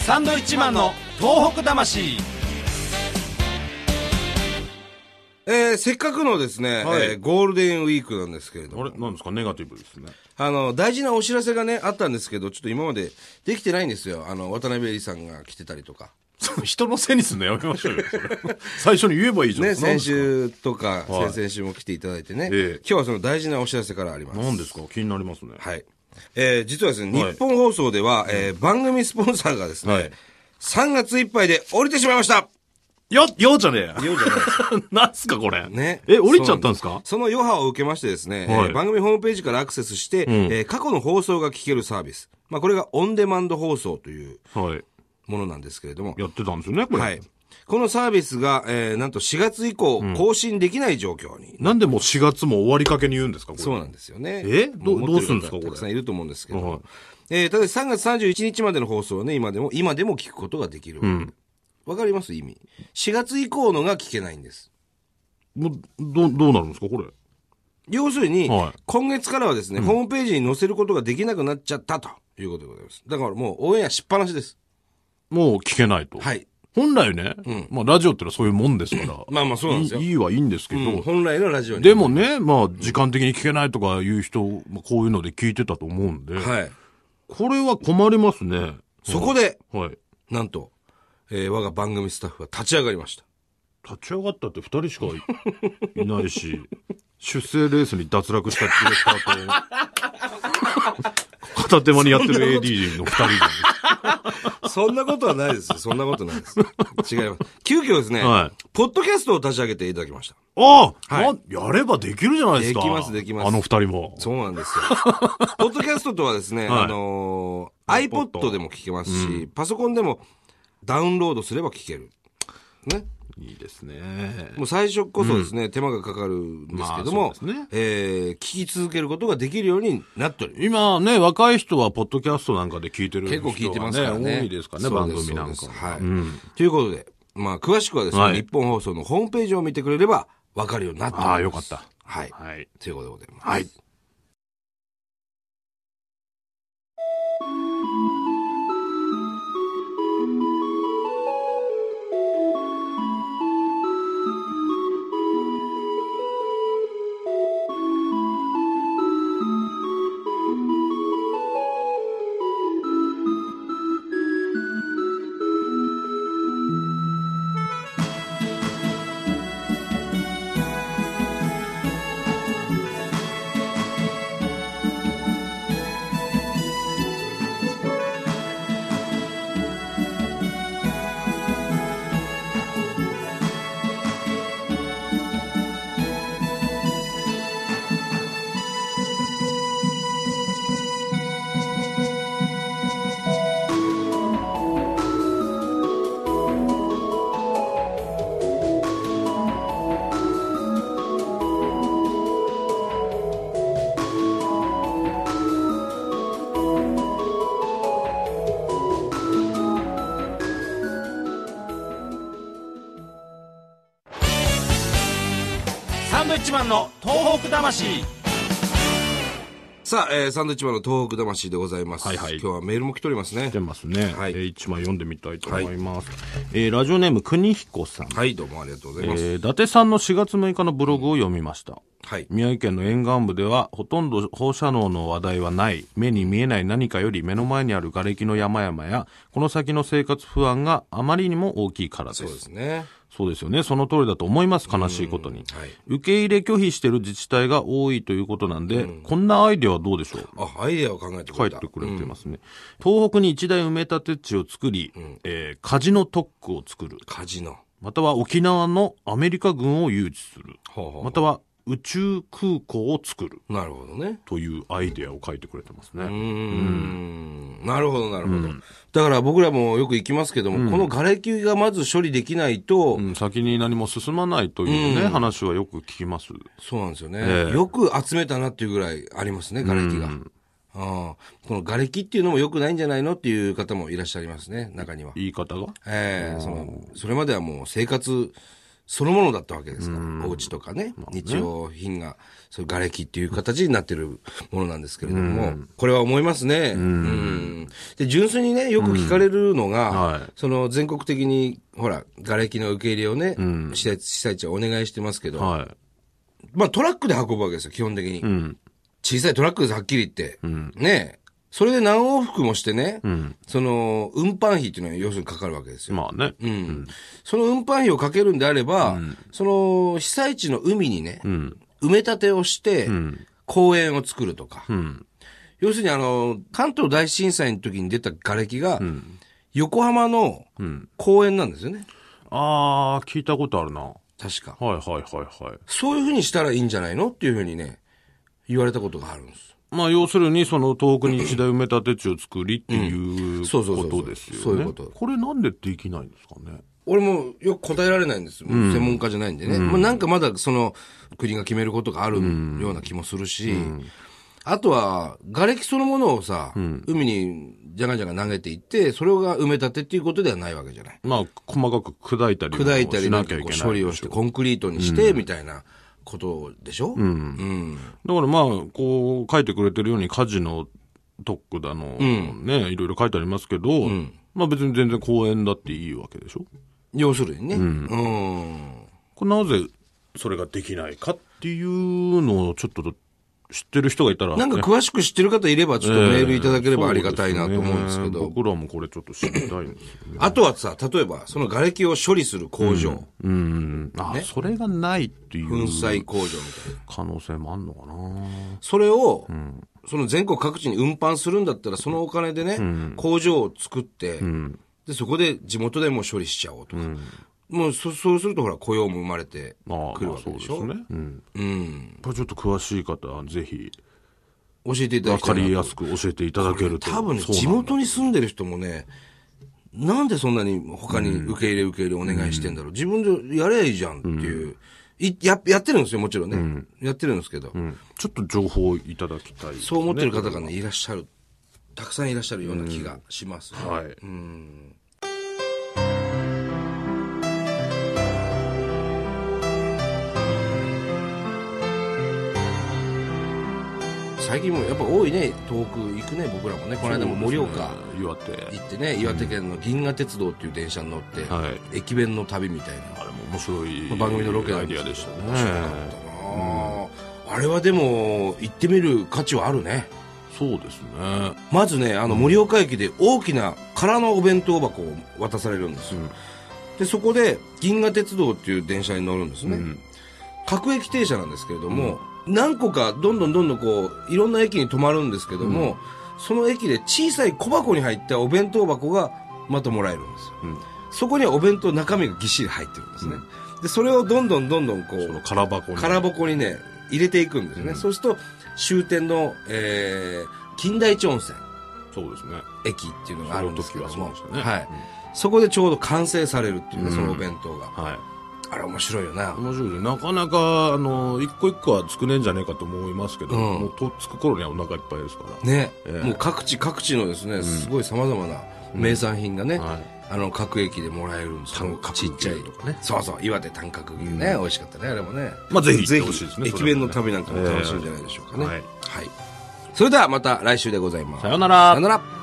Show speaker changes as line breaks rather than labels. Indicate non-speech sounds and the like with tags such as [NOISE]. サンドイッチマンの東北魂
えーせっかくのですね、
はい
えーゴールデンウィークなんですけれど
あ
も、
れなんですかネガティブですね
あの、大事なお知らせがね、あったんですけど、ちょっと今までできてないんですよ。あの、渡辺恵里さんが来てたりとか。
そう [LAUGHS] 人のせいにすんのやめましょうよそれ [LAUGHS] 最初に言えばいいじゃん
ね、
なん
先
ですか
週とか、
はい
先々週も来ていただいてね、
ええ
今日はその大事なお知らせからあります。
なんですか気になりますね
はい。えー実はですね、
はい
日本放送では、えー番組スポンサーがですね、
はい
3月いっぱいで降りてしまいました
よよじゃねえ
ようじゃないです
や [LAUGHS] なんすかこれ
ね。
え降りちゃったんです
そうな
か
その余波を受けましてですね、
はい
えー番組ホームページからアクセスして、えー過去の放送が聞けるサービス。まあ、これがオンデマンド放送という
はい
ものなんですけれども。
やってたんですよねこれ、
はい。このサービスが、えーなんと4月以降、更新できない状況に。
なんでもう4月も終わりかけに言うんですかこれ
そうなんですよね。
えど
も持って
どうするんですか
方
これ
たくさんいると思うんですけど。
はい
えーただし3月31日までの放送はね、今でも、今でも聞くことができるわけ。わ、かります意味。4月以降のが聞けないんです。
もうどうどうなるんですかこれ
要するに、
はい
今月からはですね、ホームページに載せることができなくなっちゃったということでございます。だからもうオンエアしっぱなしです。
もう聞けないと、
はい。
本来ね、まあラジオってのはそういうもんですから
まあまあそうなんですよ
いいいはいいんですけど、
うん本来のラジオに。
でもね、まあ、時間的に聞けないとかいう人、まあこういうので聞いてたと思うんで、
はい。
これは困りますね。
そこで、
はい。
なんと、えー我が番組スタッフは立ち上がりました。
立ち上がったって二人しかいいないし、 [LAUGHS] 出生レースに脱落したディレクターと、 [LAUGHS] 片手間にやってる AD の二人で。
そんなことはない
[LAUGHS]
ですよ。そんなことないです。違います。急遽ですね、
は
ポッドキャストを立ち上げていただきました。
ああ、
はい
まあやればできるじゃないですか。
できますできます
あの二人も。
そうなんです
[LAUGHS]
よ。ポッドキャストとはですね、
はい
あのー iPod でも聞けますし、パソコンでもダウンロードすれば聞ける。ね。
いいですね。
もう最初こそですね、手間がかかるんですけど
ま
も
あ、そうですね
えー聞き続けることができるようになっております。
今ね、若い人は、ポッドキャストなんかで聞いてる人
結構
が、ね、
聞いてますからね。
多いですからね、
そう
番
で
組
す
なん
そ
か
う
は。
ですはい、ということで、まあ、詳しくはですね、
はい
日本放送のホームページを見てくれれば分かるようになっております。
ああ、よかった。
はい。
はい。
ということでございます。
はい。
サンドイッチマンの東北魂
さあ、えーサンドイッチマンの東北魂でございます。
はいはい
今日はメールも来ておりますね
来て。ますね。
はい
えー一枚読んでみたいと思います。えーラジオネーム、国彦さん。
はい、どうもありがとうございます。
えー伊達さんの4月6日のブログを読みました。
はい。
宮城県の沿岸部ではほとんど放射能の話題はない目に見えない何かより目の前にある瓦礫の山々やこの先の生活不安があまりにも大きいからです
そうですね。
そうですよね。その通りだと思います。悲しいことに。
はい
受け入れ拒否している自治体が多いということなんで、こんなアイデアはどうでしょう
あ、アイデアを考えてく
書
れ
い
た。
てくれてますね。東北に一大埋め立て地を作り、えー、カジノ特区を作る。
カジノ。
または沖縄のアメリカ軍を誘致する。
ほうほう
または宇宙空港を作る。
なるほどね。
というアイデアを書いてくれてますね。
うーんなるほど、なるほど、だから僕らもよく行きますけども、この瓦礫がまず処理できないと、
うん、先に何も進まないというね、話はよく聞きます。
そうなんですよね、
ええ
よく集めたなっていうぐらいありますね、瓦礫が。ああこの瓦礫っていうのも良くないんじゃないのっていう方もいらっしゃいますね、中には。
言い方が。
ええそのそれまではもう生活そのものだったわけですから、お家とかね、日用品が、そういう瓦礫っていう形になってるものなんですけれども、これは思いますね。うんで、純粋にね、よく聞かれるのが、
はい
その全国的に、ほら、瓦礫の受け入れをね、被災被災地はお願いしてますけど、
はい。
まあトラックで運ぶわけですよ、基本的に。
うん。
小さいトラックです、はっきり言って。ねえ。それで何往復もしてね、
ん
その、運搬費っていうのは要するにかかるわけですよ。
まあね。
うん。その運搬費をかけるんであれば、その、被災地の海にね、
うん。
埋め立てをして、
ん
公園を作るとか。
うん。
要するにあの、関東大震災の時に出た瓦礫が、横浜の
ん
公園なんですよね。
あー、聞いたことあるな。は
確か。
いはいはいはい。
そういうふうにしたらいいんじゃないのっていうふうにね、言われたことがあるんです。
まあ、要するに、その東北に一大埋め立て地を作りっていう
そ
こ
うそうそうそう
とですよね。
そういうこと
これなんでできないんですかね。
俺もよく答えられないんですよ。専門家じゃないんでね。まあ、なんかまだその国が決めることがあるような気もするし、あとは、瓦礫そのものをさ、海にじゃがじゃが投げていって、それが埋め立てっていうことではないわけじゃない。
まあ、細かく砕いたりも
砕いたり
し
な
なんき
か
ゃい
こ
け
う
ない。
処理をして、コンクリートにして、みたいなことでしょうん。
だからまあ、こう書いてくれてるように火事の特区だの、ね、いろいろ書いてありますけど、まあ別に全然公園だっていいわけでしょ
要するにね。うん。
これなぜそれができないかっていうのをちょっと知ってる人がいたら、
なんか
ね
詳しく知ってる方いれば、ちょっとメールいただければありがたいな
えー
と思うんですけ
そうね
ど。
僕らもこれちょっと知りたいんですよね。
あとはさ、例えば、その瓦礫を処理する工場、
うん。あ、それがないってい
粉
う
砕工場みたいな。
可能性もあるのかな
それを、その全国各地に運搬するんだったら、そのお金でね、工場を作って、で、そこで地元でもう処理しちゃおうとか。もうそ、そうするとほら、雇用も生まれて
ああ、
くる
まあ
わけ
そう
で
で
し
す
ょ。
ね。うん。
うん。
これちょっと詳しい方はぜひ、
教えていただ
わ
きたい
か
なと
りやすく教えていただけると。
多分ね、
そうなん
地元に住んでる人もね、なんでそんなに他に受け入れ受け入れお願いしてんだろう。自分でやればいいじゃんっていう。いや、やってるんですよ、もちろんね。やってるんですけど。
うんちょっと情報をいただきたい、
そう思ってる方がね、いらっしゃる。たくさんいらっしゃるような気がします。
はい。
最近もやっぱ多いね遠く行くね僕らもねこの間も盛岡
そうですね岩手。
行ってね岩手県の銀河鉄道っていう電車に乗って、
は
駅弁の旅みたいな、
あれも面白い、
まあ番組のロケな
ア
ん
イデ
です
ィア
けど
でした
面白かっ
ね。
たなあ、あれはでも行ってみる価値はあるね
そうですね。
まずねあの盛岡駅で大きな空のお弁当箱を渡されるんですよ、
うん
でそこで銀河鉄道っていう電車に乗るんですね、
うん
各駅停車なんですけれども、何個かどんどんどんどんこういろんな駅に止まるんですけども、その駅で小さい小箱に入ったお弁当箱がまたもらえるんですよ
うん
そこにはお弁当中身がぎっしり入ってるんですね、でそれをどんどんどんどんこ
その
う
空箱に。
空箱にね入れていくんですよね、
うん
そうすると終点の、えー、近代町温泉
そうですね。
駅っていうのがあ
そ
る
の
んですけ
時
ど
はそう
も
でしたね。
はい、そこでちょうど完成されるっていうね
うん
そのお弁当が、
うんはい。
あれ面白いよな、
面白いですなかなか、あの、一個一個は作れんじゃねえかと思いますけど、
うん
もうとっつく頃にはお腹いっぱいですから。
ね、
ええ
もう各地各地のですね、すごい様々な名産品がね、
はい。
あの、各駅でもらえるんです
短角
ち
牛
っちゃい。
とかね
そうそう、岩手短角牛ね、美味しかったね、あれもね。
まあぜひ
ぜ
行ってほしいですね
ひ、
そ
駅
れはね
弁の旅なんかも楽しいんじゃないでしょうかね。
ええ
は
はいい。
それではまた来週でございます。
さようなら
さよなら。